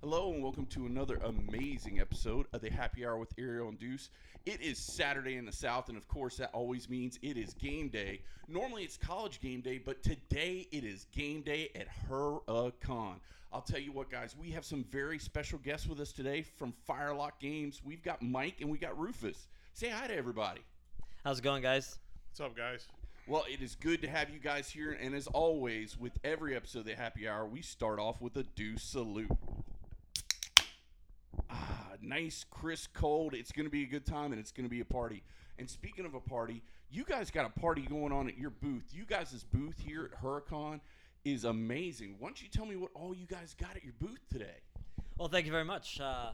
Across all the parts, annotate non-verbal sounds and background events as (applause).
Hello and welcome to another amazing episode of the Happy Hour with Ariel and Deuce. It is Saturday in the South, and of course, that always means it is game day. Normally, it's college game day, but today it is game day at Huracan. I'll tell you what, guys, we have some very special guests with us today from Firelock Games. We've got Mike and we got Rufus. Say hi to everybody. How's it going, guys? What's up, guys? Well, it is good to have you guys here, and as always, with every episode of the Happy Hour, we start off with a Deuce salute. Ah, nice, crisp, cold. It's going to be a good time, and it's going to be a party. And speaking of a party, you guys got a party going on at your booth. You guys' booth here at Huracan is amazing. Why don't you tell me what all you guys got at your booth today? Well, thank you very much. Uh,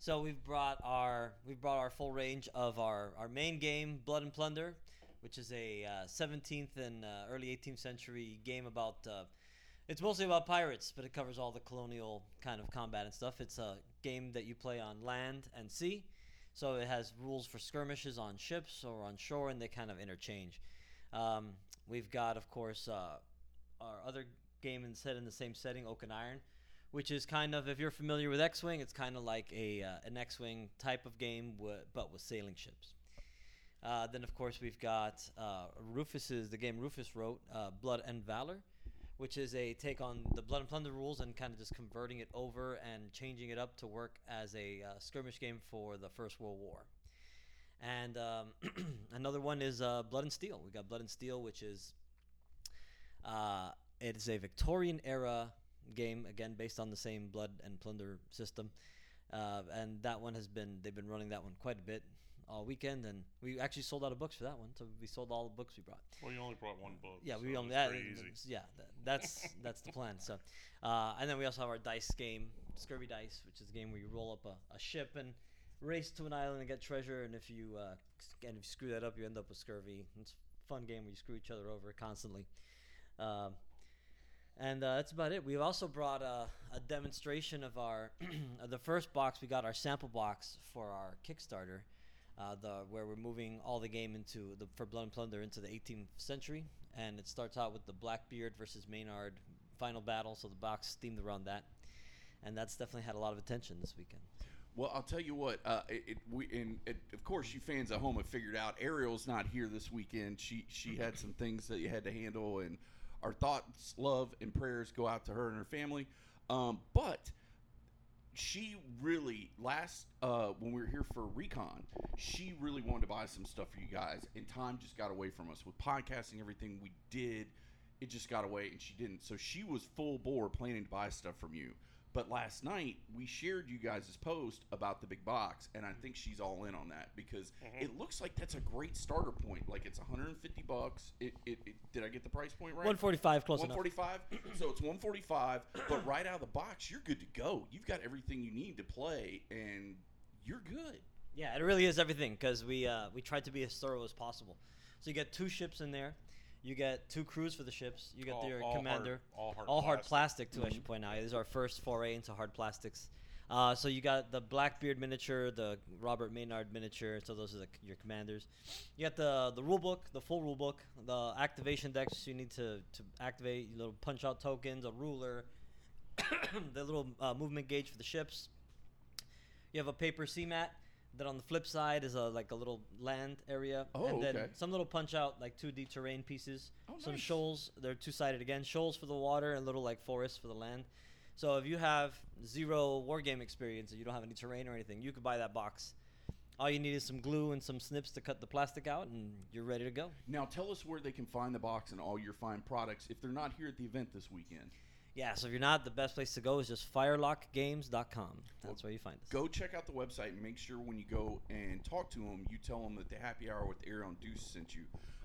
so we've brought our we've brought our full range of our our main game, Blood and Plunder, which is a uh, 17th and uh, early 18th century game about. Uh, it's mostly about pirates, but it covers all the colonial kind of combat and stuff. It's a game that you play on land and sea, so it has rules for skirmishes on ships or on shore, and they kind of interchange. Um, we've got, of course, uh, our other game and set in the same setting, Oak and Iron, which is kind of if you're familiar with X-wing, it's kind of like a uh, an X-wing type of game, w- but with sailing ships. Uh, then of course we've got uh, Rufus's the game Rufus wrote, uh, Blood and Valor, which is a take on the Blood and Plunder rules and kind of just converting it over and changing it up to work as a uh, skirmish game for the First World War. And um, (clears throat) another one is uh, Blood and Steel. We got Blood and Steel, which is uh, it is a Victorian era game, again based on the same blood and plunder system, uh, and that one has been they've been running that one quite a bit all weekend, and we actually sold out of books for that one, so we sold all the books we brought. Well, you only brought one book. Yeah, so we own it's that. Pretty easy. Yeah, that, that's (laughs) that's the plan. So, uh, and then we also have our dice game, Scurvy Dice, which is a game where you roll up a, a ship and race to an island and get treasure. And if you uh, sc- and if you screw that up, you end up with scurvy. It's a fun game where you screw each other over constantly. Um, and uh, that's about it. We've also brought a, a demonstration of our (clears throat) of the first box. We got our sample box for our Kickstarter, uh, the where we're moving all the game into the for Blood and Plunder into the 18th century, and it starts out with the Blackbeard versus Maynard final battle. So the box themed around that, and that's definitely had a lot of attention this weekend. Well, I'll tell you what. Uh, it, it we and it, of course you fans at home have figured out Ariel's not here this weekend. She she had some things that you had to handle, and our thoughts, love, and prayers go out to her and her family. Um, but she really last uh, when we were here for recon, she really wanted to buy some stuff for you guys, and time just got away from us with podcasting. Everything we did, it just got away, and she didn't. So she was full bore planning to buy stuff from you. But last night we shared you guys' post about the big box, and I think she's all in on that because it looks like that's a great starter point. Like it's 150 bucks. It, it, it did I get the price point right? 145 close enough. 145. so it's 145, but right out of the box, you're good to go. You've got everything you need to play, and you're good. Yeah, it really is everything because we uh, we tried to be as thorough as possible. So you get two ships in there, you get two crews for the ships, you get All- your all hard- commander, all hard plastic too. I should point out this is our first foray into hard plastics. Uh, so you got the Blackbeard miniature, the Robert Maynard miniature. So those are the, your commanders. You got the the rule book, the full rule book, the activation decks you need to to activate. Your little punch out tokens, a ruler, (coughs) the little uh, movement gauge for the ships. You have a paper CMAT. Then on the flip side is a like a little land area, Oh, and then okay. some little punch out like 2D terrain pieces. Oh, some nice. shoals. They're two sided again. Shoals for the water and little like forests for the land. So if you have zero wargame experience and you don't have any terrain or anything, you could buy that box. All you need is some glue and some snips to cut the plastic out, and you're ready to go. Now tell us where they can find the box and all your fine products if they're not here at the event this weekend. Yeah. So if you're not, the best place to go is just firelockgames.com. That's where you find us. Go check out the website and make sure when you go and talk to them, you tell them that the happy hour with Aaron Deuce sent you.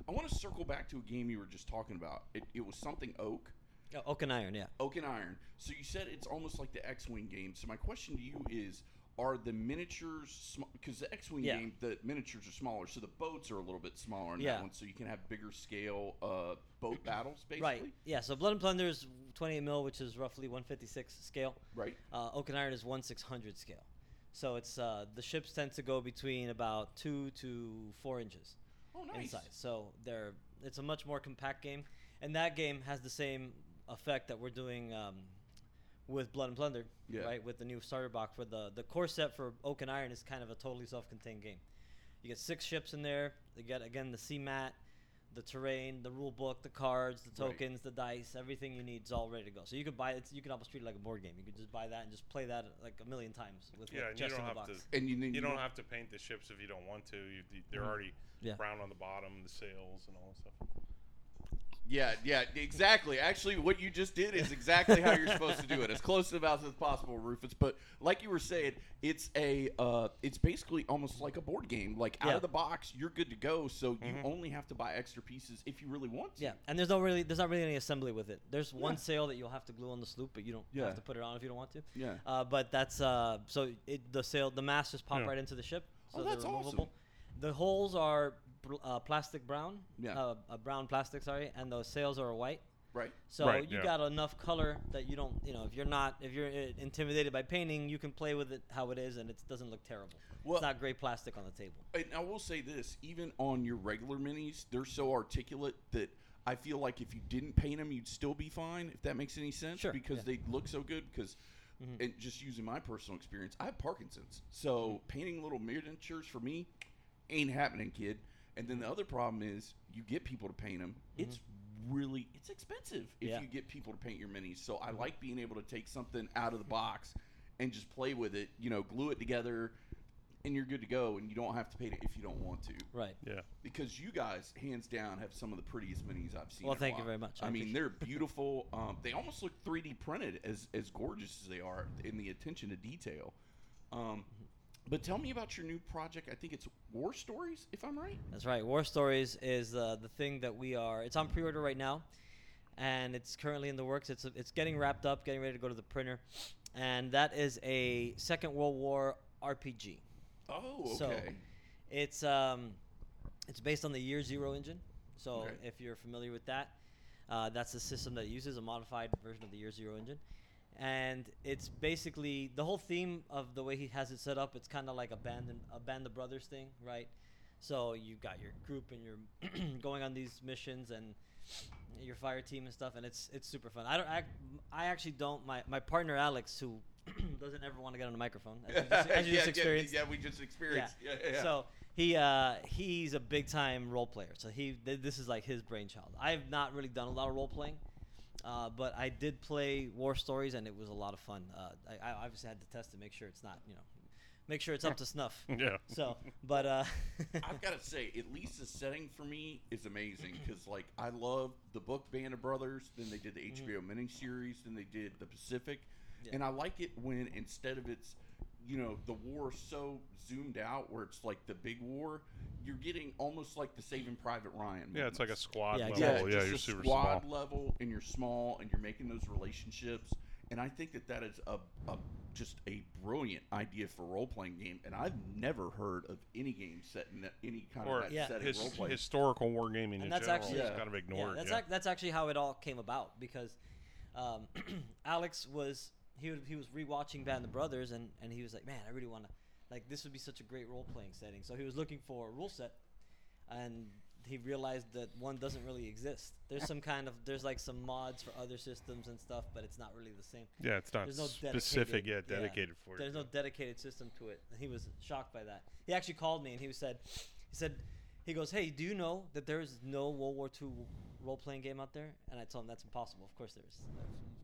I want to circle back to a game you were just talking about. It, it was something oak. Oh, Oak and Iron. Yeah. Oak and Iron. So you said it's almost like the X-wing game. So my question to you is: Are the miniatures because the X-wing Yeah. game the miniatures are smaller, so the boats are a little bit smaller in Yeah. that one, so you can have bigger scale uh, boat battles, basically. Right. Yeah. So Blood and Plunder is 28 mil, which is roughly 156 scale. Right. Uh, Oak and Iron is 1 600 scale. So it's uh, the ships tend to go between about two to four inches Oh, in nice. size. So they're it's a much more compact game, and that game has the same effect that we're doing um, with Blood and Plunder, Yeah. right? With the new starter box, where the the core set for Oak and Iron is kind of a totally self-contained game. You get six ships in there. You get again the sea mat, the terrain, the rule book, the cards, the Right. tokens, the dice, everything you need is all ready to go. So you could buy it. You could almost treat it like a board game. You could just buy that and just play that like a million times with Yeah, what's and you just in don't the have box. to. And you, need, You don't have to paint the ships if you don't want to. You, you- they're Mhm. already Yeah. brown on the bottom, the sails and all that stuff. Yeah, yeah, exactly. Actually, what you just did is exactly how you're supposed to do it, as close about as possible, Rufus. But like you were saying, it's a, uh, it's basically almost like a board game. Like out Yeah. Mm-hmm. of the box, you're good to go. So you Mhm. only have to buy extra pieces if you really want to. Yeah, and there's no really there's not really any assembly with it. There's one Yeah. sail that you'll have to glue on the sloop, but you don't Yeah. have to put it on if you don't want to. yeah. Uh, but that's uh, so it, the sail the masts just pop Yeah. right into the ship. Oh, So that's they're awesome. removable. The holes are br- uh, plastic brown, Yeah. uh, a brown plastic, sorry, and the sails are white. Right. So Right, you yeah. got enough color that you don't, you know, if you're not, if you're uh, intimidated by painting, you can play with it how it is, and it doesn't look terrible. Well- it's not gray plastic on the table. And I will say this: even on your regular minis, they're so articulate that I feel like if you didn't paint them, you'd still be fine. If that makes any sense, Sure, because yeah. Mm-hmm. they look so good. Because, and just using my personal experience, I have Parkinson's, so Mm-hmm. painting little miniatures for me ain't happening, kid. And then the other problem is you get people to paint them. It's really it's expensive if Mm-hmm. Yeah. you get people to paint your minis. So I Mm-hmm. like being able to take something out of the box and just play with it. You know, glue it together, and you're good to go. And you don't have to paint it if you don't want to, Right. Yeah. (laughs) because you guys, hands down, have some of the prettiest minis I've seen. Well, in a thank you while. very much. I, I mean, appreciate they're (laughs) beautiful. Um, they almost look 3D printed, as as gorgeous as they are in the attention to detail. Um, Mm-hmm. but tell me about your new project. I think it's War Stories, if I'm right. That's right. War Stories is uh, the thing that we are. It's on pre-order right now, and it's currently in the works. It's it's getting wrapped up, getting ready to go to the printer, and that is a Second World War RPG. Oh, okay. So it's um, it's based on the Year Zero engine. So Okay. if you're familiar with that, uh, that's the system that it uses a modified version of the Year Zero engine, and it's basically the whole theme of the way he has it set up. It's kind of like a band and, a band of brothers thing, right? So you've got your group and you're (clears throat) going on these missions and your fire team and stuff, and it's it's super fun. I don't, I, I actually don't. My my partner Alex, who (clears throat) doesn't ever want to get on a microphone, as you just, as (laughs) you yeah, just yeah, experienced, yeah, we just experienced. Yeah, yeah. yeah. so he uh, he's a big time role player. So he th- this is like his brainchild. I've not really done a lot of role playing, uh, but I did play War Stories and it was a lot of fun. Uh, I, I obviously had to test to make sure it's not you know, make sure it's up to snuff. Yeah. So, but uh, I've got to say, at least the setting for me is amazing because, like, I love the book Band of Brothers. Then they did the HBO miniseries. Then they did the Pacific, Yeah. and I like it when instead of it's, you know, the war so zoomed out where it's like the big war, you're getting almost like the Saving Private Ryan. Yeah, it's like a moments. squad Yeah, level. exactly. Yeah, just you're a super squad small. level, and you're small, and you're making those relationships. And I think that that is a, a just a brilliant idea for role playing game. And I've never heard of any game set in that, any kind Or of that Yeah. setting his, role playing. historical wargaming in And that's general actually- is Yeah. kind of ignored. Yeah, that's yeah. ac- that's actually how it all came about because um, (clears throat) Alex was he would, he was rewatching Band of Brothers and and he was like, man, I really want to like this would be such a great role playing setting. So he was looking for a rule set, and he realized that one doesn't really exist. There's some kind of there's like some mods for other systems and stuff, but it's not really the same. Yeah, it's not There's no dedicated- specific yet, yeah. dedicated for There's it. no dedicated system to it. And he was shocked by that. He actually called me and he was said, he said, he goes, hey, do you know that there is no World War II role playing game out there? And I told him that's impossible. Of course there is.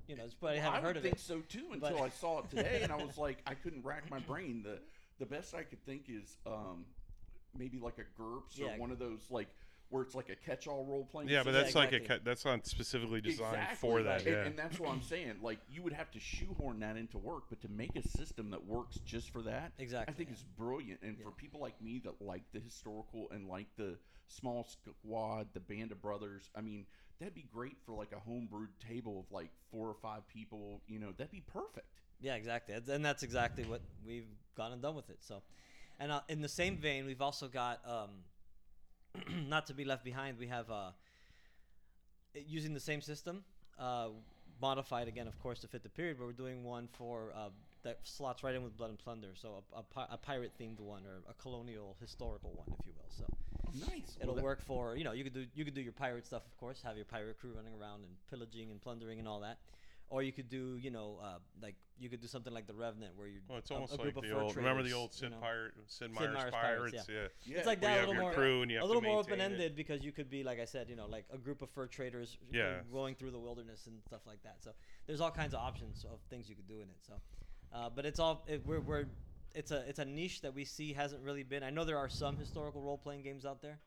You know, it's- but I Well, haven't would heard of think it. so too but- until I saw it today, and I (laughs) was like, I couldn't rack my brain. The the best I could think is um, maybe like a GURPS Yeah. or one of those like where it's like a catch all role playing. Yeah, but Yeah, that's like a exactly. ca- that's not specifically designed exactly. for that. And, yeah. and that's what I'm saying. Like you would have to shoehorn that into work, but to make a system that works just for that, Exactly, I think yeah. is brilliant. And for people like me that like the historical and like the small squad, the band of brothers, I mean, that'd be great for like a homebrewed table of like four or five people. You know, that'd be perfect. Yeah, exactly. That's- And that's exactly what we've gone and done with it. So, and uh, in the same vein, we've also got, um, (clears throat) not to be left behind, we have uh, using the same system, uh, modified again, of course, to fit the period, but we're doing one for uh, that slots right in with Blood and Plunder. So, a, a, pi- a pirate themed one or a colonial historical one, if you will. So, Nice. it'll Well, that- work for you know you could do you could do your pirate stuff of course have your pirate crew running around and pillaging and plundering and all that or you could do you know uh, like you could do something like the Revenant where you Well, it's a- almost a, like group of the fur old. remember the traders, old you Sid, know? Pirate, Sid Meyer's Meyer's Pirates, Pirates? yeah. yeah. Yeah, It's like Where that you a have little more your crew and you a have to little more maintain open it. ended because you could be like I said, you know, like a group of fur traders you Yeah. know, going through the wilderness and stuff like that. So there's all kinds of options of things you could do in it. So, uh, but it's all it, we're, we're it's a it's a niche that we see hasn't really been. I know there are some historical role playing games out there,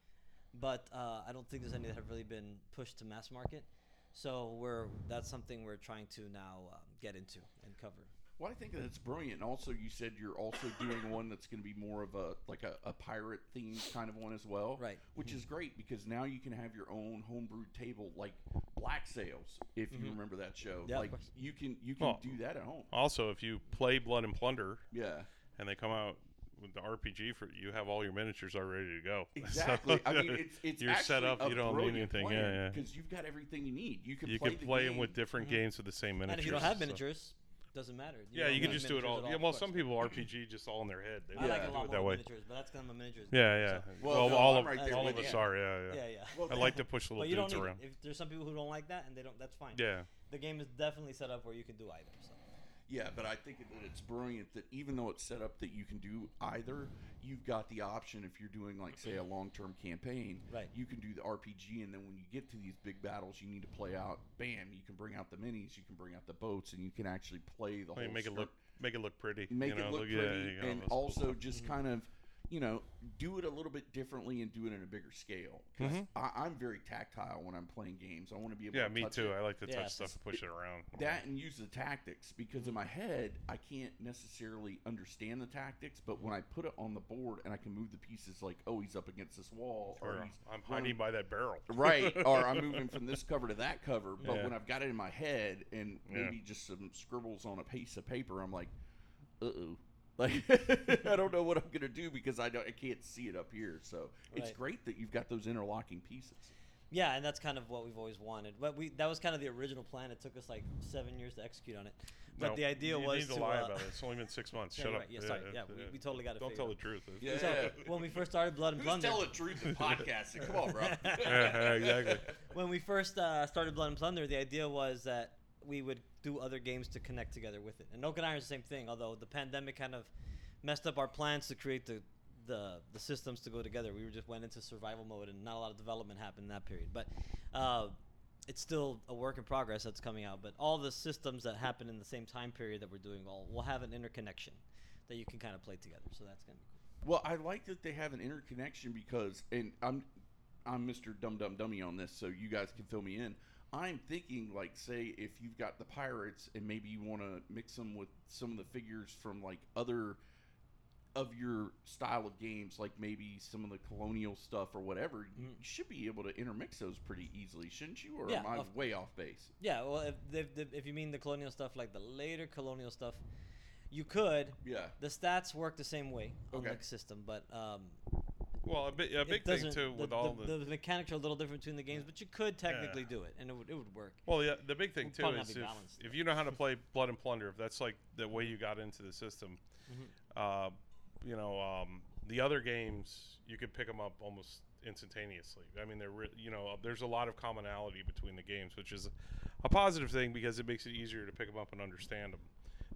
but uh, I don't think there's any that have really been pushed to mass market. So we're that's something we're trying to now um, get into and cover. Well, I think that's brilliant. And also, you said you're also doing one that's going to be more of a like a, a pirate themed kind of one as well, Right. Which Hmm. is great because now you can have your own homebrew table, like Black Sails, if Mm-hmm. you remember that show. Yeah, of like course. you can you can Well- do that at (laughs) home. Also, if you play Blood and Plunder Yeah, and they come out with the RPG for you, have all your miniatures all ready to go. (laughs) (laughs) So, exactly. I mean, (laughs) it's it's you're set up. You don't need anything. Yeah, yeah. Because you've got everything you need. You can You play can the play game. them with different games with the same miniatures. Mm-hmm. And if you don't have so- miniatures, doesn't matter. yeah, don't you can need just do it miniatures all. at Yeah, well, of some course. (laughs) people RPG just all in their head. They I like do a lot it more that way. miniatures, but that's because I'm a miniatures. Yeah, guy, yeah. so- Well, Well, no, all I'm of right there all with of you. us are. Yeah, yeah, yeah. yeah. Well, I like (laughs) to push little but you don't dudes need around. it. If there's some people who don't like that and they don't, that's fine. Yeah. The game is definitely set up where you can do either. So. Yeah, but I think that it's brilliant that even though it's set up that you can do either, you've got the option if you're doing like say a long-term campaign, Right. You can do the RPG, and then when you get to these big battles, you need to play out. Bam! You can bring out the minis, you can bring out the boats, and you can actually play the I mean, whole. make it stru- look make it look pretty. you make know, it look yeah, pretty, you got all and this cool Mm-hmm. also stuff. just kind of, you know, do it a little bit differently and do it in a bigger scale. 'Cause I, I'm very tactile when I'm playing games. I want to be able. (laughs) (laughs) Mm-hmm. to yeah, me touch too. it I like to Yeah, touch it's stuff, just- push it around. that and use the tactics because in my head I can't necessarily understand the tactics, but when I put it on the board and I can move the pieces like, oh, he's up against this wall, or, Or he's I'm running- hiding by that barrel. (laughs) (laughs) right, or I'm moving from this cover to that cover. But Yeah. when I've got it in my head and Yeah. maybe just some scribbles on a piece of paper, I'm like, uh oh. (laughs) Like I don't know what I'm gonna do because I don't I can't see it up here. So it's Right. great that you've got those interlocking pieces. Yeah, and that's kind of what we've always wanted. But we that was kind of the original plan. It took us like seven years to execute on it. But No, the idea you was need to, to lie uh, (laughs) about it. It's only been six months. Yeah, Shut you're up. right. Yeah, sorry. Yeah, we- we totally got it Don't figured tell the out. truth. Yeah. So when we first started Blood and Who's Plunder, telling the truth in podcasting? Come (laughs) on, bro. (laughs) yeah, exactly. when we first uh, started Blood and Plunder, the idea was that we would do other games to connect together with it. And Oak and Iron is the same thing, although the pandemic kind of messed up our plans to create the, the, the systems to go together. We were just went into survival mode, and not a lot of development happened in that period. But uh, it's still a work in progress that's coming out. But all the systems that happen in the same time period that we're doing all will have an interconnection that you can kind of play together. So that's gonna be cool. Well, I like that they have an interconnection because, and I'm, I'm Mr. Dum Dum Dummy on this, so you guys can fill me in. I'm thinking, like, say, if you've got the pirates and maybe you want to mix them with some of the figures from like other of your style of games, like maybe some of the colonial stuff or whatever, you should be able to intermix those pretty easily, shouldn't you? Or Mm-hmm. Yeah, am I of- way off base? Yeah, well, if, if, the- if you mean the colonial stuff, like the later colonial stuff, you could. Yeah. The stats work the same way on Okay. the system, but um, Well, a, bi- a it big thing doesn't- too with the, all the, mechanics are a little different between the games, but you could technically do it, and it would it would work. Well, yeah, the big thing We'll too probably not is be if, balanced. if you know (laughs) how to play Blood and Plunder, if that's like the way you got into the system, Mm-hmm. uh, you know, um, the other games you could pick them up almost instantaneously. I mean, they're re- you know, uh, there's a lot of commonality between the games, which is a positive thing because it makes it easier to pick them up and understand them.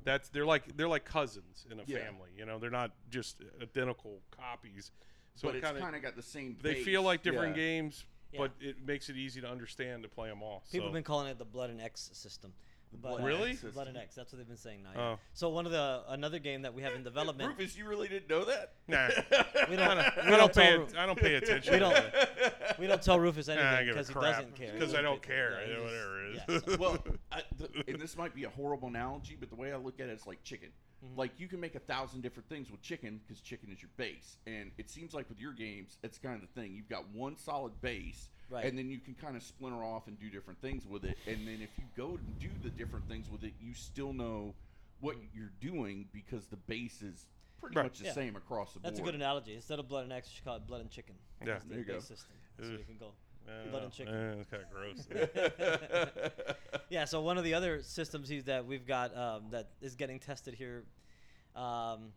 That's they're like they're like cousins in a Yeah. family. You know, they're not just identical copies. So but it it's kind of kind of got the same. they feel base. like different Yeah. games, Yeah. but it makes it easy to understand to play them all. People so. have been calling it the Blood and X system. But, Blood uh, and Really? X Blood system. and X. That's what they've been saying now. yeah. Oh. So one of the another game that we have in (laughs) development, Rufus, you really didn't know that? Nah. (laughs) we don't, I we don't, I don't don't pay. tell It, Ru- I don't pay (laughs) attention. (laughs) we (laughs) don't (laughs) we don't tell Rufus I anything give a because he crap, doesn't care 'cause I don't Yeah, care, he just- whatever it is. yeah, (laughs) so- well, I, the, (laughs) and this might be a horrible analogy, but the way I look at it is like chicken. Mm-hmm. Like you can make a thousand different things with chicken because chicken is your base, and it seems like with your games, it's kind of the thing. You've got one solid base, Right. and then you can kind of splinter off and do different things with it. And then if you go and do the different things with it, you still know what you're doing because the base is pretty Right. much the Mm-hmm. Yeah. same across the That's a board. good analogy. Instead of blood and eggs, you should call it blood and chicken. Yeah, That's the there you base go. System. So you Ugh. can go Uh, blood and chicken. uh, it's kind of (laughs) gross. (laughs) yeah. So one of the other systems he's- that we've got um, that is getting tested here um,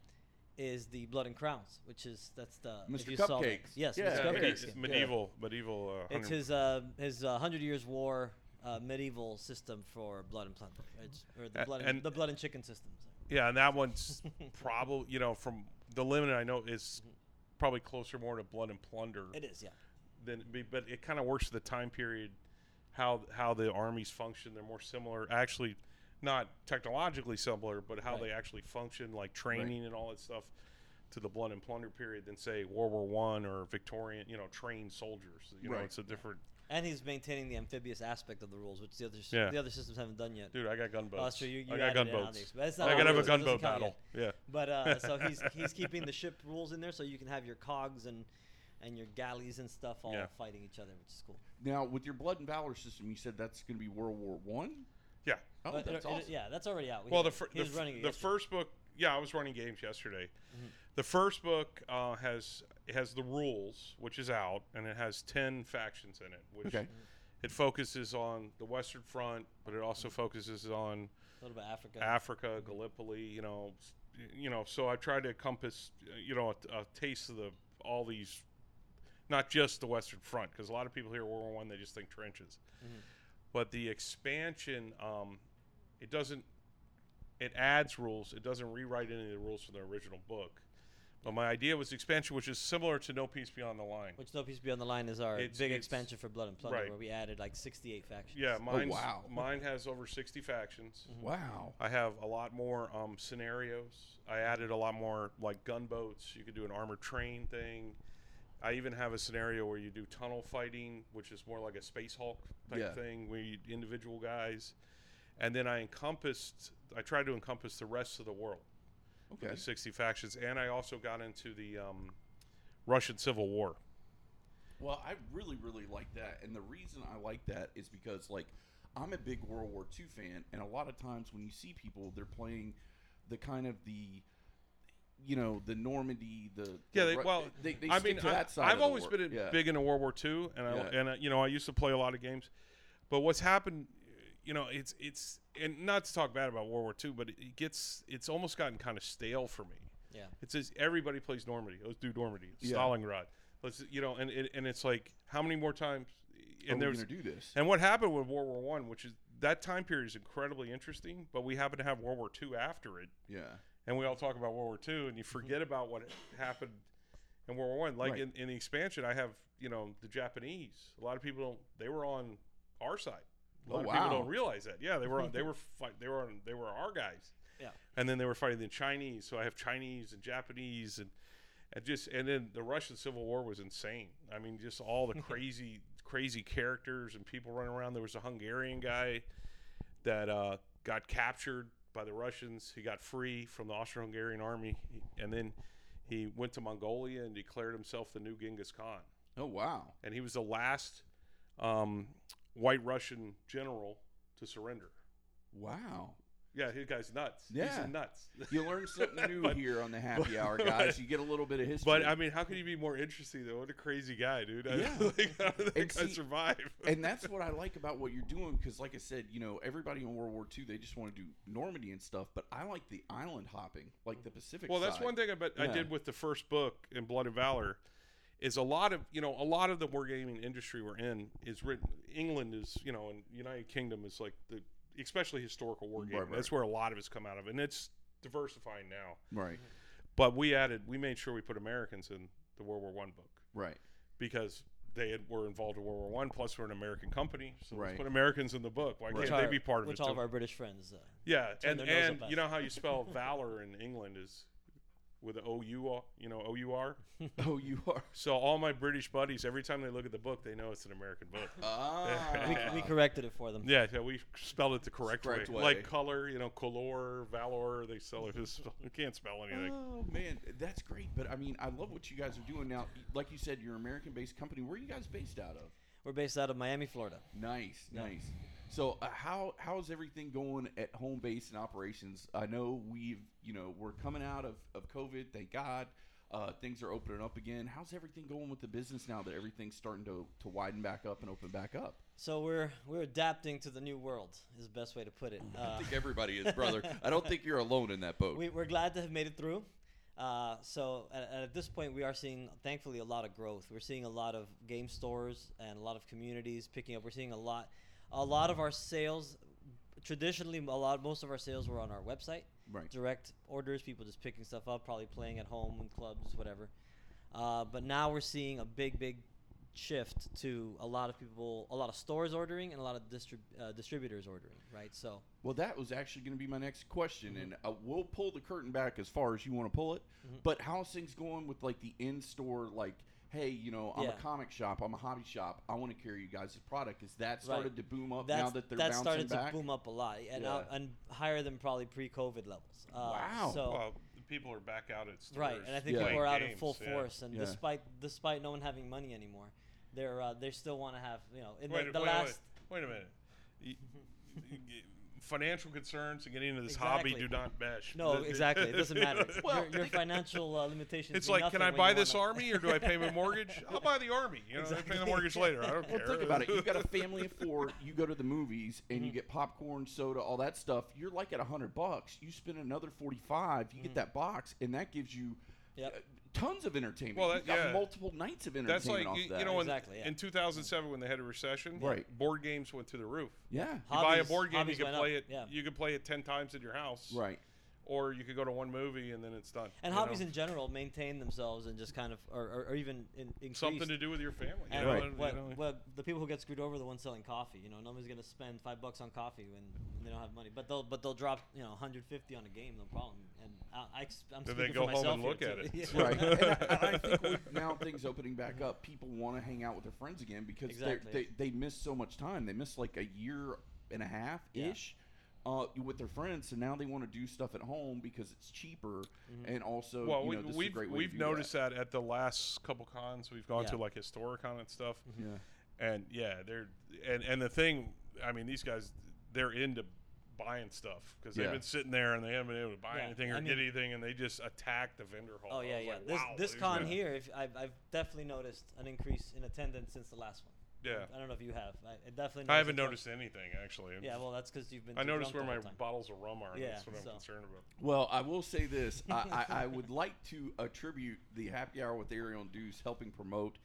is the blood and crowns, which is that's the if Mr. you saw that- Cupcakes. yes, Yeah, Mr. yeah, It's Cupcakes. yeah. game. medieval, medieval. Uh, It's hundred- his uh, his uh, Hundred Years War uh, medieval system for blood and plunder, it's, or the A- blood and, and- the blood and chicken system. so. Yeah, and (laughs) that one's probably you know from the limit I know is Mm-hmm. probably closer more to Blood and Plunder It is, yeah. than be- but it kind of works the time period how how the armies function. They're more similar, actually, not technologically similar, but how Right. they actually function, like training and all that stuff, to the Blood and Plunder period than say World War One or Victorian, you know, trained soldiers. You know, Right. it's a different And he's maintaining the amphibious aspect of the rules, which the other s- Yeah. the other systems haven't done yet. dude. I got gunboats. Oh, so you, you I got added in on gunboats. these, but it's not I on gotta have a rules, so it doesn't gunboat count yet. battle. Yeah. But uh, so (laughs) he's he's keeping the ship rules in there, so you can have your cogs and and your galleys and stuff all Yeah. fighting each other, which is cool. Now, with your blood and valor system, you said that's going to be World War One. Yeah. Oh, But uh, it- that's it- awesome. yeah, that's already out. We- Well, the, fir- he the, was f- running it the yesterday. Mm-hmm. first book, yeah, I was running games yesterday. The first book uh, has has the rules, which is out, and it has ten factions in it. Which Okay. Mm-hmm. It focuses on the Western Front, but it also focuses on a little bit Africa. Africa, Gallipoli. You know, s- you know. So I tried to encompass, uh, you know, a, a taste of the all these, not just the Western Front, because a lot of people hear World War One, they just think trenches. But the expansion, um, it doesn't. It adds rules. It doesn't rewrite any of the rules from the original book. But my idea was the expansion, which is similar to No Peace Beyond the Line. which No Peace Beyond the Line is our It's- big it's- expansion for Blood and Plunder, right. where we added like 68 factions. Yeah, mine's, wow. mine has over 60 factions. Mm-hmm. Wow. I have a lot more um, scenarios. I added a lot more like gunboats. You could do an armored train thing. I even have a scenario where you do tunnel fighting, which is more like a space Hulk type Yeah. thing, where you individual guys. And then I encompassed. I tried to encompass the rest of the world, Okay. the 60 factions, and I also got into the um, Russian Civil War. Well, I really, really like that. And the reason I like that is because, like, I'm a big World War II fan. And a lot of times when you see people, they're playing the kind of the, you know, the Normandy, the. the Yeah, they, Ru- well, they, they I stick mean, to that side I, of have the always war. been in, yeah. big into World War II, and I, Yeah. and I, you know I used to play a lot of games, but what's happened, you know, it's it's and not to talk bad about World War II, but it gets it's almost gotten kind of stale for me. Yeah. It says everybody plays Normandy. Let's do Normandy, Yeah. Stalingrad. Let's you know, and it, and it's like how many more times? And Are we there's going to Oh, do this? and what happened with World War One, which is that time period is incredibly interesting, but we happen to have World War II after it Yeah. and we all talk about World War II, and you forget about what happened in World War One. Like Right. in, in the expansion, I have you know the Japanese. A lot of people don't. They were on our side. A lot Oh, of people wow. don't realize that. Yeah, they were on. They (laughs) were fight. They were on. They were our guys. Yeah. And then they were fighting the Chinese. So I have Chinese and Japanese and. And just and then the Russian Civil War was insane. I mean, just all (laughs) the crazy, crazy characters and people running around. There was a Hungarian guy that uh, got captured by the Russians. He got free from the Austro-Hungarian army, and then he went to Mongolia and declared himself the new Genghis Khan. Oh, wow. And he was the last um, white Russian general to surrender. (laughs) Wow. Yeah, his guy's nuts. Yeah. He's nuts. You learn something new But- here on the happy hour, (laughs) but- guys. You get a little bit of history. But I mean, how could he be more interesting though? What a crazy guy, dude! (laughs) I- Yeah. like, how did that And guy see- survive? and that's what I like about what you're doing because, like I said, you know, everybody in World War II they just want to do Normandy and stuff, but I like the island hopping, like the Pacific. (laughs) Well, that's side. one thing I bet I Yeah. did with the first book in Blood and Valor is a lot of you know a lot of the wargaming industry we're in is written. England is you know and United Kingdom is like the especially historical wargaming. Right, right. That's where a lot of it's come out of, and it's diversifying now. Right, But we added we made sure we put Americans in the World War One book right, because they had, were involved in World War One. Plus, we're an American company, so let's Right. put Americans in the book. Why Which can't our- they be part of Which it? all too? of our British friends. Uh, (laughs) Yeah, Turn and their nose and up at you us. know how you spell (laughs) valor in England is with a O U R, you know O U R. Oh, you (laughs) are. So all my British buddies, every time they look at the book, they know it's an American (laughs) book. Ah, (laughs) we, we corrected it for them. Yeah, yeah, we spelled it the correct way. Correct way. like color, you know, color, valor. They sell it. (laughs) You can't spell anything. Oh man, that's great. But I mean, I love what you guys are doing now. Like you said, you're an American-based company. Where are you guys based out of? We're based out of Miami, Florida. Nice, nice. So uh, how how's everything going at home base and operations? I know we've you know we're coming out of, of COVID, thank God. Uh, things are opening up again. How's everything going with the business now that everything's starting to, to widen back up and open back up? So we're we're adapting to the new world is the best way to put it. Uh, everybody is, (laughs) brother. I don't think you're alone in that boat. we, we're glad to have made it through. Uh, so at, at this point, we are seeing, thankfully, a lot of growth. We're seeing a lot of game stores and a lot of communities picking up. We're seeing a lot a lot of our sales traditionally a lot most of our sales were on our website Right. direct orders people just picking stuff up probably playing at home in clubs whatever uh, but now we're seeing a big big shift to a lot of people a lot of stores ordering and a lot of distrib- uh, distributors ordering right so Well, that was actually going to be my next question, Mm-hmm. and uh, we'll pull the curtain back as far as you want to pull it. But how's things going with like the in-store, like, hey, you know, I'm Yeah. a comic shop, I'm a hobby shop, I want to carry you guys' product. Is that started to boom up that's, Oh, now that they're that bouncing started back? to boom up a lot and, Yeah. out- and higher than probably pre-covid levels uh, Wow. so Well, the people are back out at stores. Right, and I think Yeah. people playing are out in games, full yeah. force, and Yeah. despite despite no one having money anymore, they're uh, they still want to have you know in the, Wait, the wait, last wait, wait a minute. You- you- (laughs) Financial concerns and getting into this hobby Exactly. do not mesh. (laughs) no exactly it doesn't matter Well- your, your financial uh, limitations. It's mean like, can nothing I when buy you this wanna- army or do (laughs) I pay my mortgage? I'll buy the army. You know, I pay the Exactly. mortgage later. I don't Well, care. Think about it. You've (laughs) got (laughs) a family of four. You go to the movies and Mm-hmm. you get popcorn, soda, all that stuff. You're like at hundred bucks. You spend another forty-five. You get that box, and that gives you Mm-hmm. Yep. uh, tons of entertainment. Well, Well, that- You've got yeah. multiple nights of entertainment That's like off you, that. you know, in, Exactly, yeah. in 2007 when they had a recession, Right. Board games went through the roof. yeah, You buy a Hobbies- board game, you hobbies could went play up, it. yeah. You could play it ten times in your house, right. Or you could go to one movie and then it's done. And you hobbies know? in general maintain themselves and just kind of or, or, or even in, increase. something to do with your family. you and know, Right. and, you what, know. what the people who get screwed over are the ones selling coffee. You know, nobody's gonna spend five bucks on coffee when they don't have money. But they'll but they'll drop you know 150 on a game, no problem. And I, I, am Then speaking they for go home and myself here, look at too. it. (laughs) Oh, Yeah. right. (laughs) And I, and I think with now things opening back up, people want to hang out with their friends again because they're Exactly. they they miss so much time. They miss like a year and a half ish. Uh, with their friends, so now they want to do stuff at home because it's cheaper, and also well, you we, know, this is a we've great way we've to do noticed that. at the last couple cons we've gone Yeah. Mm-hmm. to, like Historicon and stuff, that. Yeah. and yeah, they're and and the thing, I mean, these guys, they're into buying stuff because Yeah. they've been sitting there and they haven't been able to buy Yeah, anything or I get mean- anything, and they just attack the vendor Oh hall. I yeah, was yeah. like, this wow, this there's con been- here, if, I've, I've definitely noticed an increase in attendance since the last one. Yeah. I don't know if you have. I, I definitely. I haven't noticed noticed anything actually. it. Yeah, well, that's because you've been. I too noticed where drunk the my whole time. bottles of rum are. Yeah, that's what so- I'm concerned about. Well, I will say this. I, I, I would like to attribute the happy hour with Ariel and Deuce helping promote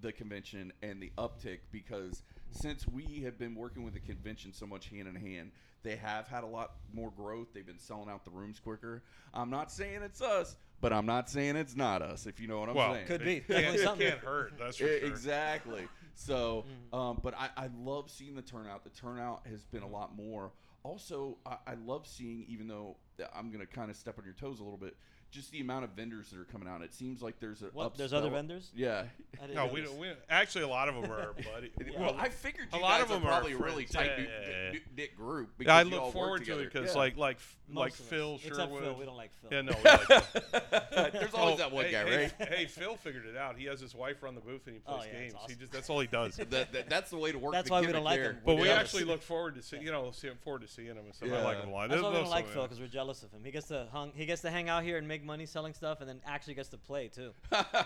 the convention and the uptick because since we have been working with the convention so much hand in hand, they have had a lot more growth. They've been selling out the rooms quicker. I'm not saying it's us, but I'm not saying it's not us, if you know what I'm Well, saying. Could be. It Definitely can't, (laughs) it something. can't hurt. That's for E- sure. Exactly. So, Mm-hmm. um, but I, I love seeing the turnout. The turnout has been a lot more. Also, I, I love seeing, even though I'm going to kind of step on your toes a little bit, just the amount of vendors that are coming out. It seems like there's a What? There's other upswell- vendors? (laughs) Yeah. I didn't No, know we, this. don't- we don't- actually a lot of them are our (laughs) buddy. Well, I figured a you lot guys of them are are probably a really friends. tight Yeah, knit yeah, yeah. knit- knit group. Yeah, I because you all look work forward to it together. because Yeah. like like Most like of us. Phil Except Sherwood. Phil, we don't like Phil. yeah, no. (laughs) we like Phil. (laughs) there's always Oh, that one hey, guy, hey, right? Hey, Phil figured it out. He has his wife run the booth and he Oh, yeah, plays that's games. He awesome. just (laughs) that's all he does. That- (laughs) that- that's the way to work. That's the why we gimmick don't like there. him. But Yeah. we Yeah. actually look forward to see you know see forward to seeing him and stuff. I Yeah. like him a lot. That's Uh, There's why we no don't like some- Phil because we're jealous of him. He gets to hung, he gets to hang out here and make money selling stuff, and then actually gets to play too.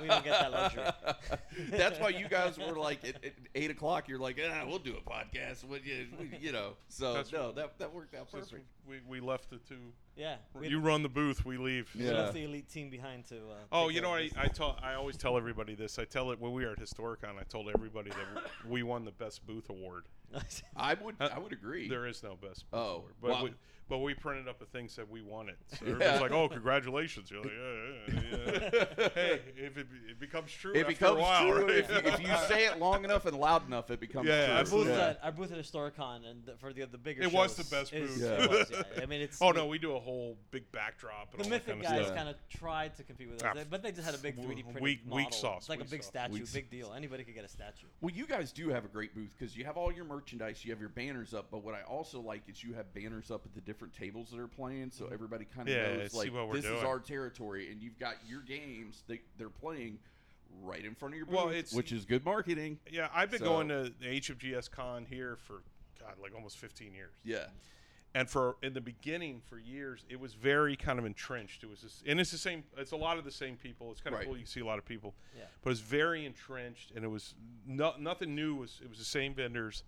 we don't get that luxury. (laughs) That's why you guys were like at, at eight o'clock. You're like, ah, we'll do a podcast. What you, we- you know? So That's no, right. that that worked out Since perfect. We we left the two. Yeah, we, You run the booth. We leave. we Yeah. left the elite team behind to. Uh, Oh, take you care know, of I business. I, tell, I always tell everybody this. I tell it when we were at Historicon. I told everybody that we won the best booth award. (laughs) I would Uh, I would agree. There is no best. booth Oh, award, but wow. we but we printed up a thing said we won it. (laughs) So everybody's like, "Oh, congratulations!" You're like, "Yeah, yeah, (laughs) yeah." hey, if it, it becomes true, it after becomes a while, true right? if, if (laughs) you say it long enough and loud enough. It becomes Yeah, true. I our booth (laughs) Yeah. at our booth at Historicon and the, for the the bigger. It was shows the best is- booth. it was, yeah. I mean, it's. oh no, we do a whole big backdrop and The all mythic that kind of guys stuff. kind of tried to compete with Ah, us, they- but they just had a big 3D w- printed weak- weak model. sauce, It's like a weak big sauce. statue, Weak big deal. Anybody could get a statue. Well, you guys do have a great booth because you have all your merchandise, you have your banners up. But what I also like is you have banners up at the different tables that are playing, so everybody kind of Mm-hmm. Yeah, knows see like what we're this is doing. our territory, and you've got your games that they're playing right in front of your booth, Well, it's- which is good marketing. Yeah, I've been So- going to the HFGS con here for God, like almost 15 years. Yeah. And for in the beginning, for years, it was very kind of entrenched. It was, just, and it's the same. It's a lot of the same people. It's kind of Right. cool. You see a lot of people, Yeah. but it's very entrenched, and it was no, nothing new. Was it was the same vendors,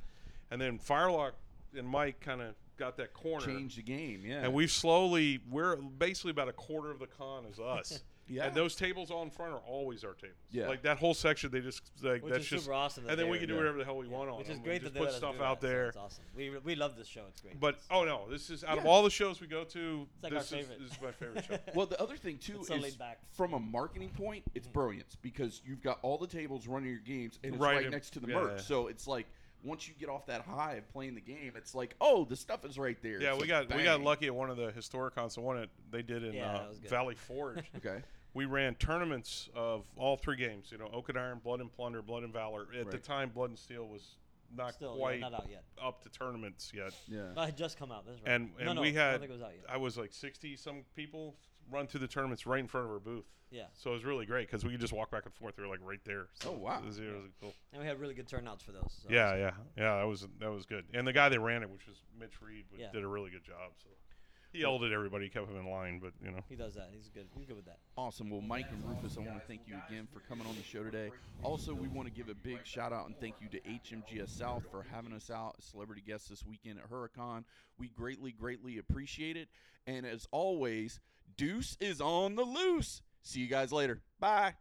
and then Firelock and Mike kind of got that corner, change the game. Yeah, (laughs) and we've slowly we're basically about a quarter of the con is us. Yeah. And those tables on front are always our tables. Yeah. Like that whole section, they just like Which that's is just super awesome that And then they we are can do doing whatever the hell we want on which them. is We great that Just they put let us stuff do out that, so there. It's awesome. We, re- we love this show. It's great. But oh no, this is out of Yeah. all the shows we go to. It's like our this, is, favorite. this is my (laughs) favorite show. (laughs) Well, the other thing too It's so is laid back. Mm-hmm. from a marketing point, it's brilliant because you've got all the tables running your games and it's Right right, in- next to the yeah, merch. yeah. So it's like once you get off that high of playing the game, it's like, oh, the stuff is right there. yeah, It's we like, got we got bang. lucky at one of the historicons. The one that they did in Yeah, uh, that was good. Valley Forge. (laughs) Okay. we ran tournaments of all three games. You know, Oak and Iron, Blood and Plunder, Blood and Valor. At the Right. time, Blood and Steel was not Still, yeah, quite not out yet. up to tournaments yet. Yeah. No, it had just come out. That's right. And- no, and no, we I had- don't think it was out yet. I was like sixty some people run through the tournaments right in front of our booth. Yeah. So it was really great because we could just walk back and forth. They were like right there. So Oh, wow. It was, it was cool. And we had really good turnouts for those. So Yeah, yeah, yeah. That was that was good. And the guy that ran it, which was Mitch Reed, was, Yeah. did a really good job. So he yelled at everybody, kept him in line, but you know. He does that. He's good. He's good with that. Awesome. Well, Mike and Rufus, I want to thank you again for coming on the show today. Also, we want to give a big shout out and thank you to HMGS South for having us out as celebrity guests this weekend at Huracan. We greatly, greatly appreciate it. And as always, Deuce is on the loose. See you guys later. Bye.